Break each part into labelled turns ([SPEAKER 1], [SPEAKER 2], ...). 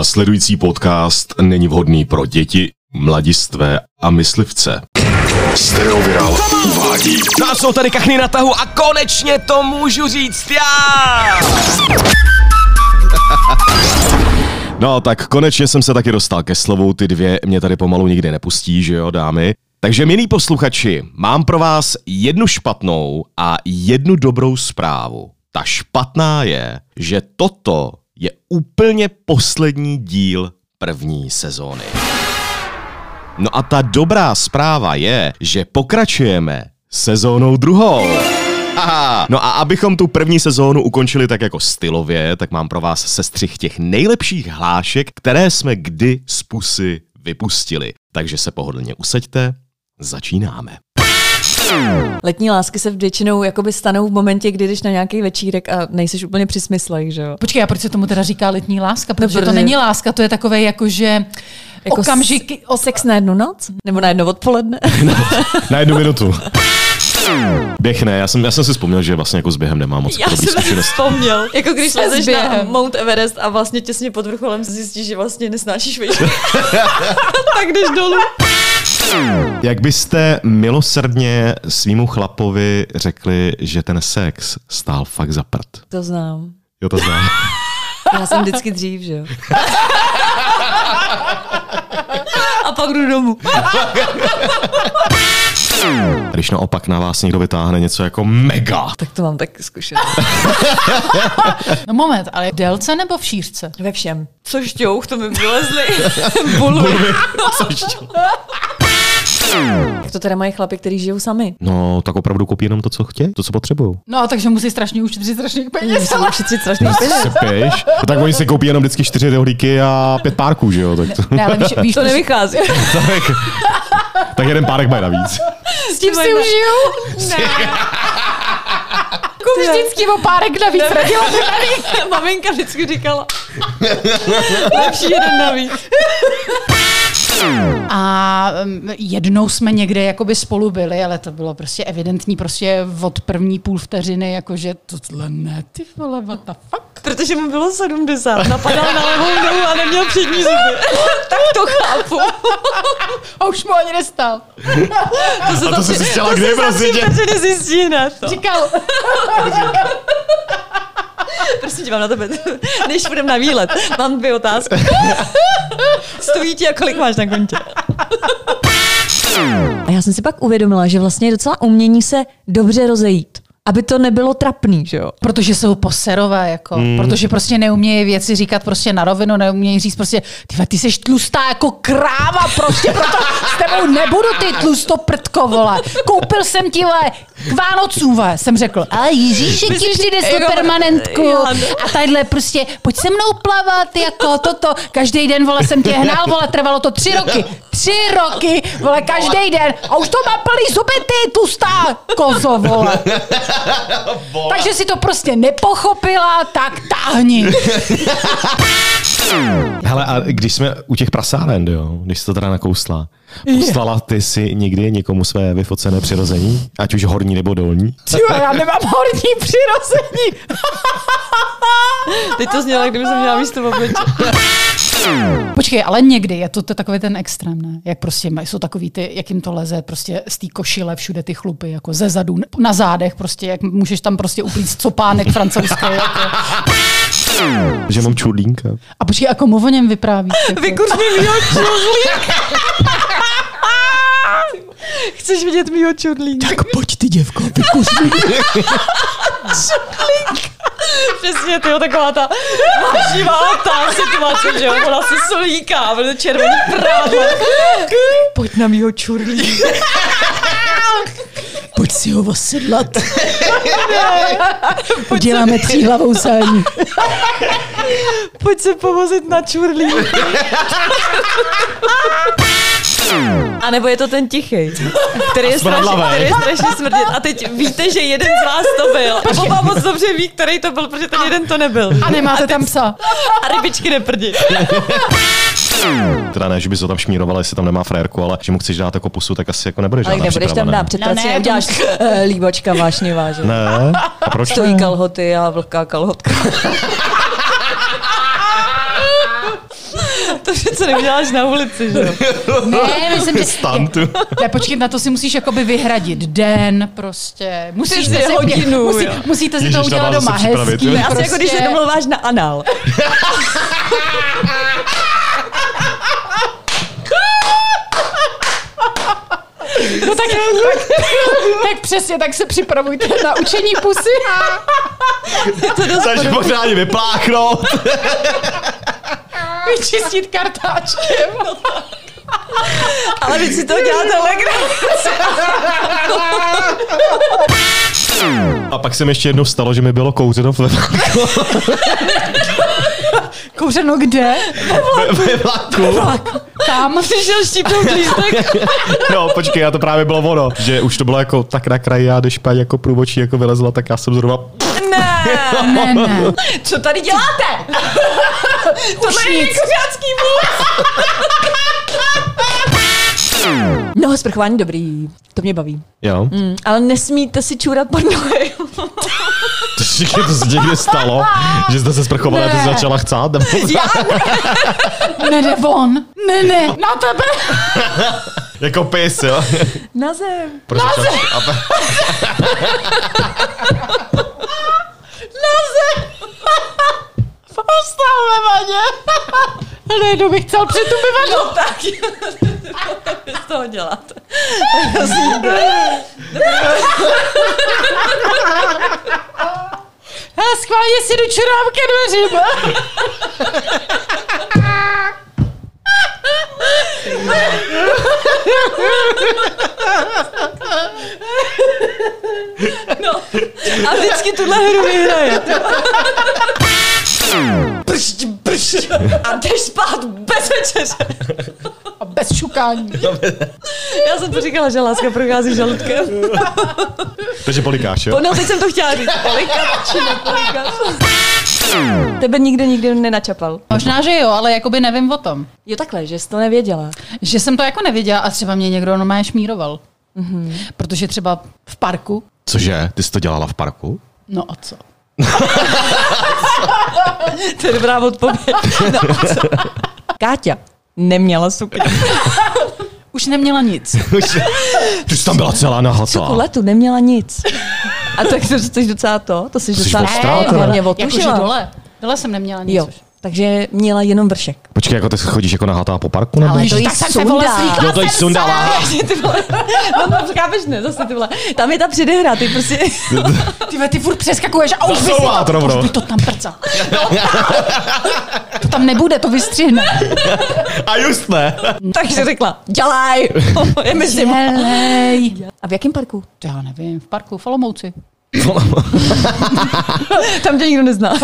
[SPEAKER 1] Následující podcast není vhodný pro děti, mladistvé a myslivce.
[SPEAKER 2] Stereoviral uvádí
[SPEAKER 3] No a jsou tady kachny na tahu a konečně to můžu říct já!
[SPEAKER 1] No tak konečně jsem se taky dostal ke slovu, ty dvě mě tady pomalu nikdy nepustí, že jo dámy? Takže milí posluchači, mám pro vás jednu špatnou a jednu dobrou zprávu. Ta špatná je, že toto je úplně poslední díl první sezóny. No a ta dobrá zpráva je, že pokračujeme sezónou druhou. Aha. No a abychom tu první sezónu ukončili tak jako stylově, tak mám pro vás sestřih těch nejlepších hlášek, které jsme kdy z pusy vypustili. Takže se pohodlně usaďte, začínáme.
[SPEAKER 4] Letní lásky se většinou jakoby stanou v momentě, kdy jdeš na nějaký večírek a nejseš úplně při smyslech, že jo?
[SPEAKER 5] Počkej, a proč se tomu teda říká letní láska? Protože to
[SPEAKER 4] protože-
[SPEAKER 5] není láska, to je takové jako, že jako okamžiky...
[SPEAKER 4] s- sex na jednu noc? Nebo na jedno odpoledne?
[SPEAKER 1] Na jednu minutu. Běh ne, já jsem, já jsem si vzpomněl, že vlastně jako s během nemám moc dobrý zkušenost.
[SPEAKER 4] vzpomněl. Jako když
[SPEAKER 5] S
[SPEAKER 4] lezeš na
[SPEAKER 5] během.
[SPEAKER 4] Mount Everest a vlastně těsně pod vrcholem zjistíš, že vlastně nesnášíš večer. tak jdeš dolů.
[SPEAKER 1] Jak byste milosrdně svýmu chlapovi řekli, že ten sex stál fakt za prd?
[SPEAKER 4] To znám.
[SPEAKER 1] Jo, to znám.
[SPEAKER 4] Já jsem vždycky dřív, že jo? A pak jdu domů.
[SPEAKER 1] Když naopak na vás někdo vytáhne něco jako mega,
[SPEAKER 4] Tak to mám taky zkušenost.
[SPEAKER 5] No moment, ale v délce nebo v šířce?
[SPEAKER 4] Ve všem. Což ťouch, to mi vylezly bulvy. Tak to teda mají chlapi, kteří žijou sami.
[SPEAKER 1] No, tak opravdu koupí jenom to, co chtějí, to, co potřebují.
[SPEAKER 5] No a takže musí strašně ušetřit strašných peněz.
[SPEAKER 4] Musím ušetřit strašný peníze.
[SPEAKER 1] Cepeš? No, tak oni si koupí jenom vždycky čtyři rohlíky a pět párků, že jo? Tak, to,
[SPEAKER 5] Ne, ale víš, víš
[SPEAKER 4] To nevychází.
[SPEAKER 1] tak, tak jeden párek mají navíc.
[SPEAKER 5] s tím si užiju? Ne.
[SPEAKER 4] jako
[SPEAKER 5] Kup vždycky o párek navíc, radila bych.
[SPEAKER 4] Maminka vždycky říkala. Lepší jeden navíc.
[SPEAKER 5] A um, jednou jsme někde jakoby spolu byli, ale to bylo prostě evidentní prostě od první půl vteřiny, jakože tohle ne, ty vole, what the fuck?
[SPEAKER 4] Protože mu bylo 70. Napadal na levou nohu a neměl přední zuby. tak to chápu.
[SPEAKER 5] A už mu ani nestal.
[SPEAKER 4] To se
[SPEAKER 1] A to jsi zjistila kdy, prosím tě?
[SPEAKER 4] Protože zjistí ne to.
[SPEAKER 5] Říkal,
[SPEAKER 4] Prostě dívám na tebe. Než půjdeme na výlet, mám dvě otázky. Stojí ti a kolik máš na kontě? A já jsem si pak uvědomila, že vlastně je docela umění se dobře rozejít. Aby to nebylo trapný, že jo?
[SPEAKER 5] Protože jsou poserové, jako. Mm. Protože prostě neumějí věci říkat prostě na rovinu, neumějí říct prostě, ty vole, ty jsi tlustá jako kráva, prostě proto s tebou nebudu ty tlusto prdko, vole. Koupil jsem ti, vole, k Vánocům, vole, jsem řekl. Ale Ježíši, ti
[SPEAKER 4] Myslíš,
[SPEAKER 5] přijde
[SPEAKER 4] jo,
[SPEAKER 5] supermanentku.
[SPEAKER 4] jo.
[SPEAKER 5] A tadyhle prostě, pojď se mnou plavat, jako toto. Každý den, vole, jsem tě hnal, vole, trvalo to tři roky. Tři roky, vole, každý den. A už to má plný zuby, ty tlustá kozo, vole. Takže si to prostě nepochopila, tak táhni.
[SPEAKER 1] Hele, a když jsme u těch prasáren, jo, když jsi to teda nakousla, poslala ty si někdy někomu své vyfocené přirození, ať už horní nebo dolní?
[SPEAKER 5] Tyjo, já nemám horní přirození.
[SPEAKER 4] Teď to znělo, kdyby jsem měla místo v obliče.
[SPEAKER 5] Počkej, ale někdy je to, to takový ten extrém, ne? Jak prostě mají- jsou takový ty, jak jim to leze, prostě z té košile všude ty chlupy, jako ze zadu, na zádech prostě, jak můžeš tam prostě uplíct copánek francouzský. Jako.
[SPEAKER 1] Že mám čudlínka.
[SPEAKER 5] A počkej, a komu o něm vyprávíš? Jako?
[SPEAKER 4] Vykuř mi mýho čudlíka. Chceš vidět mýho čudlíka? Tak
[SPEAKER 5] Pojď ty děvko, vykuř.
[SPEAKER 4] přesně, ty taková ta váživá ta situace, že jo? Ona se solíká, bude červený prádlo. Pojď na mýho čurlíka.
[SPEAKER 5] Pojď si ho osedlat. Uděláme tříhlavou saň.
[SPEAKER 4] Pojď se povozit na čurlíka. A nebo je to ten tichý, který je, strašně,
[SPEAKER 1] smradlavej.
[SPEAKER 4] který je strašně smrdět. A teď víte, že jeden z vás to byl. A oba moc dobře ví, který to byl, protože ten jeden to nebyl.
[SPEAKER 5] A nemáte tam psa.
[SPEAKER 4] A rybičky neprdí.
[SPEAKER 1] Teda ne, že bys ho tam šmírovala, jestli tam nemá frérku, ale že mu chceš dát jako pusu, tak asi jako nebude žádná připravená.
[SPEAKER 5] No ne,
[SPEAKER 4] uděláš eh, líbačka vášnivá, že?
[SPEAKER 1] Ne, a proč ne?
[SPEAKER 4] kalhoty a vlhká kalhotka. To přece neuděláš na ulici, že jo?
[SPEAKER 5] Ne, myslím, že...
[SPEAKER 1] Stantu.
[SPEAKER 4] Jako
[SPEAKER 5] Ne, počkej, na to si musíš jakoby vyhradit den prostě. Musíš to
[SPEAKER 4] Přesně
[SPEAKER 5] si,
[SPEAKER 4] hodinu,
[SPEAKER 5] musí,
[SPEAKER 4] jo.
[SPEAKER 5] musíte si
[SPEAKER 1] Ježiš,
[SPEAKER 5] to
[SPEAKER 1] tam
[SPEAKER 5] udělat
[SPEAKER 1] vás
[SPEAKER 5] doma
[SPEAKER 1] zase připravit,
[SPEAKER 5] hezký.
[SPEAKER 1] jo.
[SPEAKER 4] To je asi jako když se
[SPEAKER 5] prostě.
[SPEAKER 4] domluváš na anal.
[SPEAKER 5] No tak, tak, tak přesně, tak se připravujte na učení pusy.
[SPEAKER 1] Takže možná ani vypláchnout.
[SPEAKER 5] Vyčistit kartáčkem.
[SPEAKER 4] Ale vy si to děláte legraci.
[SPEAKER 1] A pak jsem ještě jednou stalo, že mi bylo kouřeno ve,
[SPEAKER 5] Kouřeno kde?
[SPEAKER 1] ve vlaku.
[SPEAKER 5] Tam.
[SPEAKER 4] Přišel štípnout lístek.
[SPEAKER 1] No, počkej, a to právě bylo ono, že už to bylo jako tak na kraji, já když paní jako průbočí jako vylezla, tak já jsem zrovna...
[SPEAKER 4] Ne.
[SPEAKER 5] Ne, ne.
[SPEAKER 4] Co tady děláte? Tohle je
[SPEAKER 5] nic.
[SPEAKER 4] nekuřácký vůz. No, sprchování dobrý. To mě baví.
[SPEAKER 1] Jo. Mm.
[SPEAKER 4] Mm, Ale nesmíte si čůrat pod nohy.
[SPEAKER 1] To se to se někdy stalo, že jste se sprchovala a ty
[SPEAKER 5] Ne.
[SPEAKER 1] jsi začala chcát. Nebo...
[SPEAKER 5] Ne, ne, von. Ne, ne, na tebe.
[SPEAKER 1] jako pis, jo.
[SPEAKER 4] Na zem.
[SPEAKER 1] Proč začala- a pa-
[SPEAKER 5] Postavme, vaně. Ne, kdo bych chcel před tu bivadu.
[SPEAKER 4] No tak. Co z toho děláte?
[SPEAKER 5] Hele, schválně si jdu čurám ke dveřím.
[SPEAKER 4] A vždycky tuhle hru vyhraje.
[SPEAKER 1] Pršť, pršť.
[SPEAKER 4] A jdeš spát bez večeře.
[SPEAKER 5] A bez šukání.
[SPEAKER 4] Já jsem to říkala, že láska prochází žaludkem.
[SPEAKER 1] Takže polikáš, jo?
[SPEAKER 4] No, teď jsem to chtěla říct. Kolikat či nekolikat. Tebe nikdo nikdy nenačapal.
[SPEAKER 5] Možná, že jo, ale jakoby nevím o tom.
[SPEAKER 4] Jo, takhle, že jsi to nevěděla.
[SPEAKER 5] Že jsem to jako nevěděla a třeba mě někdo normálně šmíroval.
[SPEAKER 4] Mhm.
[SPEAKER 5] Mm-hmm. Protože třeba v parku,
[SPEAKER 1] Cože? Ty jsi to dělala v parku?
[SPEAKER 5] no a co?
[SPEAKER 4] To je dobrá odpověď. No, a co? Káťa neměla sukni.
[SPEAKER 5] Už neměla nic.
[SPEAKER 1] Ty jsi tam byla celá nahatá.
[SPEAKER 4] Letu neměla nic. A tak jsi, jsi docela to? To jsi
[SPEAKER 1] Jsi
[SPEAKER 4] docela
[SPEAKER 1] odstrátila.
[SPEAKER 4] hodně
[SPEAKER 5] jakože
[SPEAKER 4] otužila.
[SPEAKER 5] dole. Dole jsem neměla nic
[SPEAKER 4] Jo,
[SPEAKER 5] už.
[SPEAKER 4] takže měla jenom vršek.
[SPEAKER 1] Počkej, jako ty chodíš jako nahatá po parku? Nebo?
[SPEAKER 5] Ježiš,
[SPEAKER 4] jí
[SPEAKER 5] tak jsem se
[SPEAKER 4] sundá.
[SPEAKER 5] vole slíkla,
[SPEAKER 1] No to jí
[SPEAKER 5] jsem
[SPEAKER 1] sundala.
[SPEAKER 5] sama.
[SPEAKER 4] Ty vole. No to chápeš, ne, zase ty vole. Tam je ta předehra, ty prostě...
[SPEAKER 5] Ty, ve, ty furt přeskakuješ a už by, si
[SPEAKER 1] Zasouvá to
[SPEAKER 5] to,
[SPEAKER 1] rovnou.
[SPEAKER 5] už by to tam prca. to tam nebude, to vystřihne.
[SPEAKER 1] A just ne.
[SPEAKER 4] Takže řekla, dělaj. Je mi zima.
[SPEAKER 5] Dělej.
[SPEAKER 4] A v jakém parku?
[SPEAKER 5] To já nevím, v parku, v Olomouci.
[SPEAKER 4] Tam tě nikdo nezná.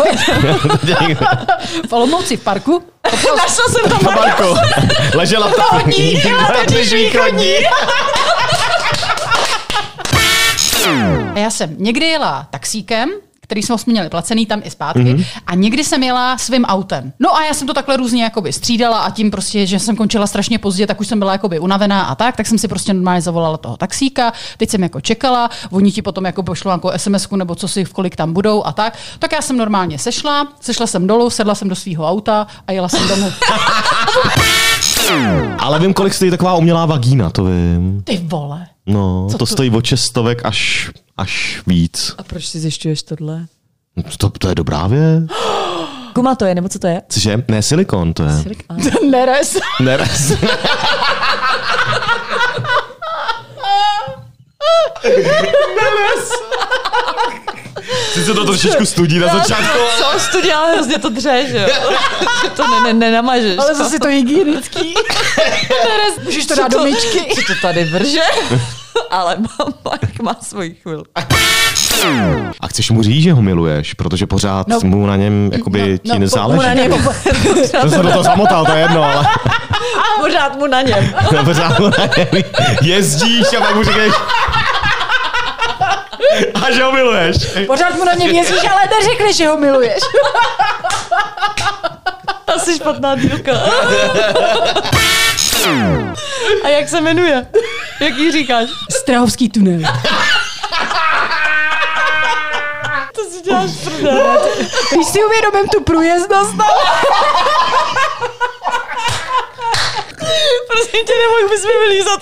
[SPEAKER 5] V Olomouci, v parku.
[SPEAKER 4] Našla jsem tam
[SPEAKER 1] Po parku. Ležela v
[SPEAKER 5] Východní,
[SPEAKER 1] Ležíš východní.
[SPEAKER 5] A já jsem někdy jela taxíkem, který jsme jsme měli placený tam i zpátky, mm-hmm. a někdy jsem jela svým autem. No a já jsem to takhle různě jakoby střídala a tím prostě, že jsem končila strašně pozdě, tak už jsem byla jakoby unavená a tak, tak jsem si prostě normálně zavolala toho taxíka, teď jsem jako čekala, oni ti potom jako pošlou jako sms nebo co si v kolik tam budou a tak. Tak já jsem normálně sešla, sešla jsem dolů, sedla jsem do svého auta a jela jsem domů.
[SPEAKER 1] Ale vím, kolik stojí taková umělá vagína, to vím.
[SPEAKER 5] Ty vole.
[SPEAKER 1] No, to
[SPEAKER 5] Co to-
[SPEAKER 1] stojí od čestovek až, až víc. No,
[SPEAKER 4] A proč si zjišťuješ tohle?
[SPEAKER 1] To, to je dobrá věc.
[SPEAKER 4] Guma to je, nebo co to je?
[SPEAKER 1] Cože? Ne, silikon to je.
[SPEAKER 5] Nerez.
[SPEAKER 1] Nerez. Nerez. Sice to trošičku studí na začátku.
[SPEAKER 4] Co jsi to dělá, hrozně to dře, že jo? Že to ne, ne, nenamažeš.
[SPEAKER 5] Ale zase to je hygienický. Nerez. Můžeš to dát do myčky.
[SPEAKER 4] Co to tady vrže? Ale mama má svoji chvilku.
[SPEAKER 1] A chceš mu říct, že ho miluješ, protože pořád
[SPEAKER 5] No.
[SPEAKER 1] mu na něm
[SPEAKER 4] No,
[SPEAKER 1] jakoby ti nezáleží. To jsem do toho zamotal, to je jedno, ale No,
[SPEAKER 4] Pořád mu na něm.
[SPEAKER 1] pořád mu na něm jezdíš a pak mu říkáš a že ho miluješ.
[SPEAKER 5] Pořád mu na mě věříš, ale neřekneš, že ho miluješ.
[SPEAKER 4] Asi špatná dílka. A jak se jmenuje? Jak jí říkáš?
[SPEAKER 5] Strahovský tunel.
[SPEAKER 4] To si děláš prdel.
[SPEAKER 5] Když si uvědomím tu průjezdnost, no.
[SPEAKER 6] Prosím tě, neboj, my jsme vylízat.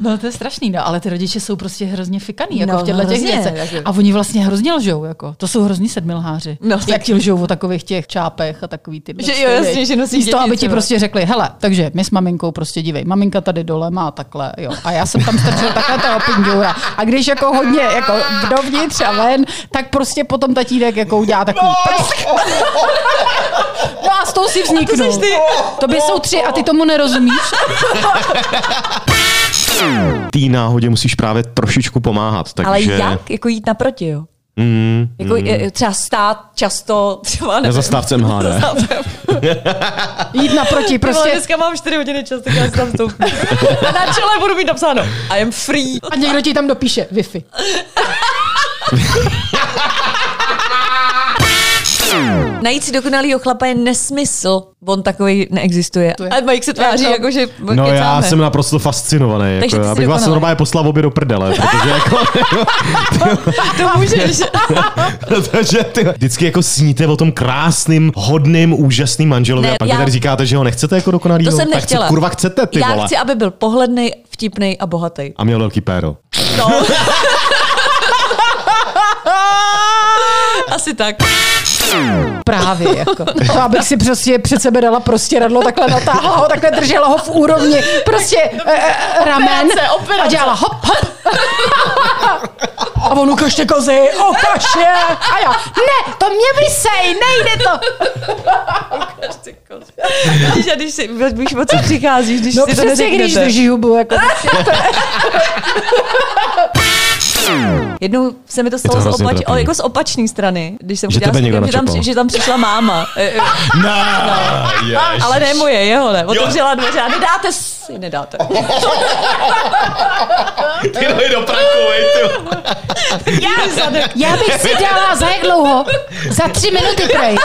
[SPEAKER 6] No to je strašný, no, ale ty rodiče jsou prostě hrozně fikaný, jako
[SPEAKER 4] No,
[SPEAKER 6] no, v těchto těch
[SPEAKER 4] hrozně,
[SPEAKER 6] věcech.
[SPEAKER 4] jako-
[SPEAKER 6] A oni vlastně hrozně lžou, jako. To jsou hrozní sedmilháři.
[SPEAKER 4] No,
[SPEAKER 6] No, Jak
[SPEAKER 4] tak-
[SPEAKER 6] ti lžou o takových těch čápech a takový ty.
[SPEAKER 4] Že jo, jasně, že nosí
[SPEAKER 6] Místo,
[SPEAKER 4] děti
[SPEAKER 6] aby
[SPEAKER 4] s
[SPEAKER 6] ti
[SPEAKER 4] sebou.
[SPEAKER 6] prostě řekli, hele, takže my s maminkou prostě dívej, maminka tady dole má takhle, jo. A já jsem tam strčil takhle toho pindoura. A když jako hodně jako dovnitř a ven, tak prostě potom tatínek jako udělá takový prsk.
[SPEAKER 5] No a s tou si vzniknul.
[SPEAKER 6] seš ty.
[SPEAKER 5] Tobě jsou tři a ty tomu nerozumíš?
[SPEAKER 1] Tý náhodě musíš právě trošičku pomáhat, takže...
[SPEAKER 4] Ale jak? Jako jít naproti, jo?
[SPEAKER 1] Mm,
[SPEAKER 4] Jako mm. třeba stát často, třeba
[SPEAKER 1] já
[SPEAKER 4] nevím.
[SPEAKER 1] zastávcem háde.
[SPEAKER 5] Jít
[SPEAKER 6] Prostě...
[SPEAKER 5] naproti, prostě.
[SPEAKER 6] dneska mám 4 hodiny čas, tak já si tam vstoupím. A na čele budu mít napsáno.
[SPEAKER 4] I am free.
[SPEAKER 5] A někdo ti tam dopíše Wi-Fi.
[SPEAKER 4] Najít si dokonalýho chlapa je nesmysl. On takový neexistuje.
[SPEAKER 6] je-
[SPEAKER 4] A Mike se tváří,
[SPEAKER 6] to-
[SPEAKER 4] jako že
[SPEAKER 1] No já
[SPEAKER 4] kecáme.
[SPEAKER 1] jsem naprosto fascinovaný.
[SPEAKER 4] Takže
[SPEAKER 1] Jako,
[SPEAKER 4] ty jsi
[SPEAKER 1] abych vás
[SPEAKER 4] dokonalý.
[SPEAKER 1] normálně poslal obě do prdele, protože jako...
[SPEAKER 4] To můžeš.
[SPEAKER 1] Protože ty vždycky jako sníte o tom krásným, hodným, úžasným manželovi
[SPEAKER 4] Ne,
[SPEAKER 1] a pak já...
[SPEAKER 4] já-
[SPEAKER 1] tady říkáte, že ho nechcete jako dokonalýho.
[SPEAKER 4] To jsem
[SPEAKER 1] tak co
[SPEAKER 4] nechtěla.
[SPEAKER 1] kurva chcete, ty
[SPEAKER 4] já
[SPEAKER 1] vole.
[SPEAKER 4] chci, aby byl pohlednej, vtipnej a bohatý.
[SPEAKER 1] A měl velký péro.
[SPEAKER 4] No. Asi tak.
[SPEAKER 5] Právě, jako. To, abych si prostě před sebe dala prostě radlo, takhle natáhla ho, takhle držela ho v úrovni, prostě eh, eh, ramen
[SPEAKER 6] Operace, operace.
[SPEAKER 5] a dělala hop, hop. A on ukažte kozy, ukaž je. A já, ne, to mě vysej, nejde to.
[SPEAKER 4] Víš, a když si, víš, o co přicházíš, když
[SPEAKER 5] No
[SPEAKER 4] si to
[SPEAKER 5] přesně, když
[SPEAKER 4] neřeknete.
[SPEAKER 5] drží hubu, jako.
[SPEAKER 4] Jednou se mi to
[SPEAKER 1] to
[SPEAKER 4] stalo z,
[SPEAKER 1] hrozně
[SPEAKER 4] opač,
[SPEAKER 1] trapný.
[SPEAKER 4] ale jako z opačné strany, když jsem
[SPEAKER 1] Že
[SPEAKER 4] udělala
[SPEAKER 1] tebe někdo
[SPEAKER 4] že, tam,
[SPEAKER 1] načapal.
[SPEAKER 4] při- že tam přišla máma. E, e,
[SPEAKER 1] No, ježiš.
[SPEAKER 4] Ale ne moje, jeho ne. Otevřela dveře a nedáte si, nedáte.
[SPEAKER 1] Ty nohy do praku, vej, ty. vole.
[SPEAKER 5] Já, já bych si dala za jak dlouho? Za tři minuty, prej.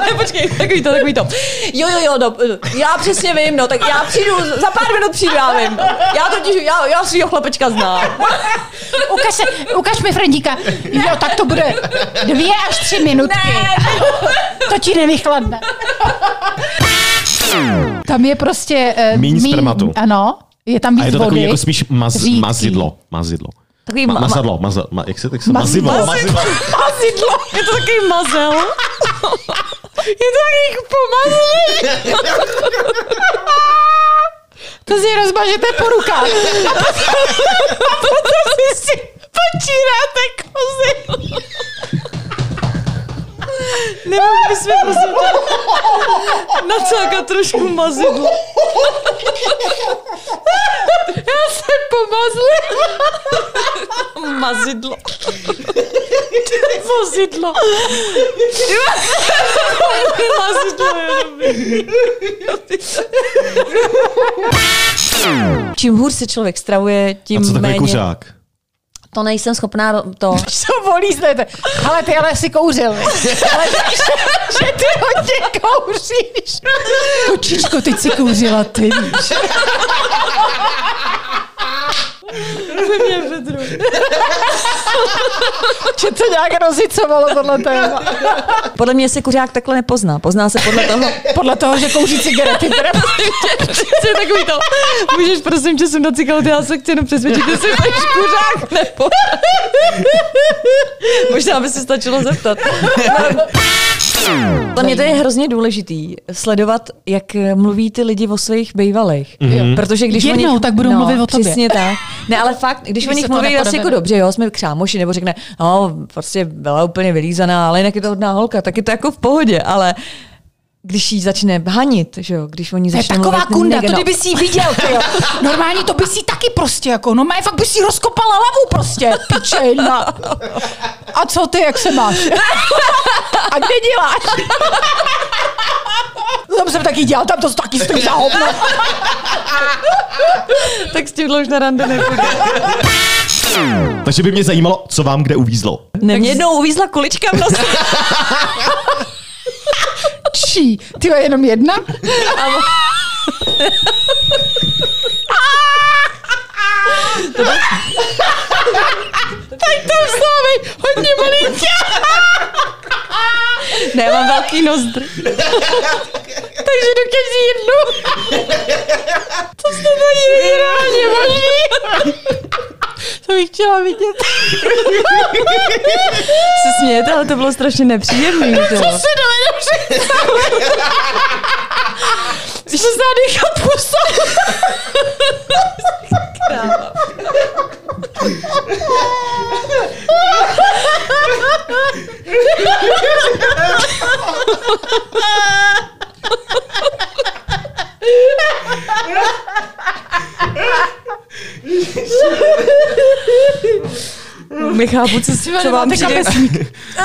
[SPEAKER 4] Ne, počkej, takový to, takový to. Jo, jo, jo, no, já přesně vím, no, tak já přijdu, za pár minut přijdu, já vím. No. Já totiž, já, já svýho chlapečka znám.
[SPEAKER 5] Ukaž, se, ukaž mi Frendíka. Jo, tak to bude dvě až tři minutky. To ti nevychladne. Tam je prostě... Uh,
[SPEAKER 1] Míň spermatu.
[SPEAKER 5] Ano, je tam víc
[SPEAKER 1] A je to
[SPEAKER 5] vody.
[SPEAKER 1] takový jako spíš maz,
[SPEAKER 5] Řídký.
[SPEAKER 1] mazidlo. Mazidlo.
[SPEAKER 4] Takový
[SPEAKER 1] Ma,
[SPEAKER 4] ma-
[SPEAKER 1] mazadlo, maza, ma, jak se, jak se
[SPEAKER 5] Mazidlo.
[SPEAKER 1] mazidlo. mazidlo.
[SPEAKER 4] Mazidlo, je to takový mazel. Je to takový pomazlý.
[SPEAKER 5] To si rozmažete po rukách.
[SPEAKER 4] Počíráte kozy. Nebo bychom prosím tě nacákat trošku mazidlo. Já se pomazlila. Mazidlo. Vozidlo. Mazidlo je dobrý. Čím hůř se člověk stravuje, tím
[SPEAKER 1] A co takový
[SPEAKER 4] méně.
[SPEAKER 1] kuřák?
[SPEAKER 4] To nejsem schopná to.
[SPEAKER 5] Co volí znete? Ale ty ale si kouřil. Ale ty, že, že ty hodně kouříš. Kočičko, teď si kouřila ty, víš. Že to nějak rozicovalo podle toho.
[SPEAKER 4] Podle mě se kuřák takhle nepozná. Pozná se podle toho.
[SPEAKER 5] Podle toho, že kouří cigarety. Teda.
[SPEAKER 4] Co je takový to? Můžeš prosím tě sundat cigarety, já se chci jenom přesvědčit, jestli jsi kuřák nebo... Možná by se stačilo zeptat. Za mě to je hrozně důležitý sledovat, jak mluví ty lidi o svých bejvalých. Mm-hmm. Protože když o
[SPEAKER 5] Jednou
[SPEAKER 4] nich,
[SPEAKER 5] tak budou mluvit o tobě.
[SPEAKER 4] Přesně tak. Ne, ale fakt, když, o
[SPEAKER 5] Když
[SPEAKER 4] nich
[SPEAKER 5] se to
[SPEAKER 4] mluví asi
[SPEAKER 5] nepodobí.
[SPEAKER 4] jako dobře, jo, jsme křámoši, nebo řekne, no, prostě byla úplně vylízaná, ale jinak je to hodná holka, tak je to jako v pohodě, ale když jí začne hanit, že jo, když oni
[SPEAKER 5] To je
[SPEAKER 4] začne
[SPEAKER 5] taková
[SPEAKER 4] mluvit
[SPEAKER 5] kunda,
[SPEAKER 4] nege-
[SPEAKER 5] to
[SPEAKER 4] no.
[SPEAKER 5] kdyby si ji viděl, ty jo. Normálně to by si taky prostě jako, no má fakt by si jí rozkopala lavu prostě, piče jedna. A co ty, jak se máš? A kde děláš? Tam jsem taky dělal, tam to taky stojí za hovno.
[SPEAKER 4] tak s tímhle už na rande nepůjde.
[SPEAKER 1] Takže by mě zajímalo, co vám kde uvízlo.
[SPEAKER 4] Ne, mě jednou uvízla kulička v nose.
[SPEAKER 5] Čí, ty jo, jenom jedna?
[SPEAKER 4] Ne, já mám velký nozdry. Takže do každý jednu. to se není reálně možný. to bych chtěla vidět. se smějete, ale to bylo strašně nepříjemný. To. Co si dovedu představit? Že zadýchat pusou. Nechápu, co, si- co vám přijde k smíchu.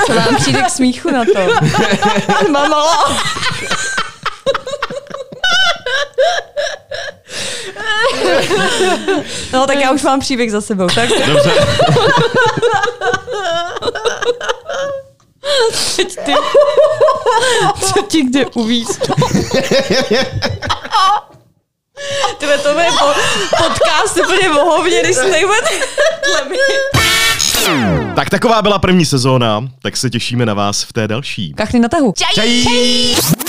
[SPEAKER 4] Co vám přijde k smíchu na to? Mama. No, tak já už mám příběh za sebou, tak?
[SPEAKER 1] Dobře,
[SPEAKER 4] Teď ty, co ti kde uvízlo. Tyhle, to bude po, podcast úplně vohovně, když se nejmete.
[SPEAKER 1] tak taková byla první sezóna, tak se těšíme na vás v té další.
[SPEAKER 4] Kachny na tahu.
[SPEAKER 1] Čají!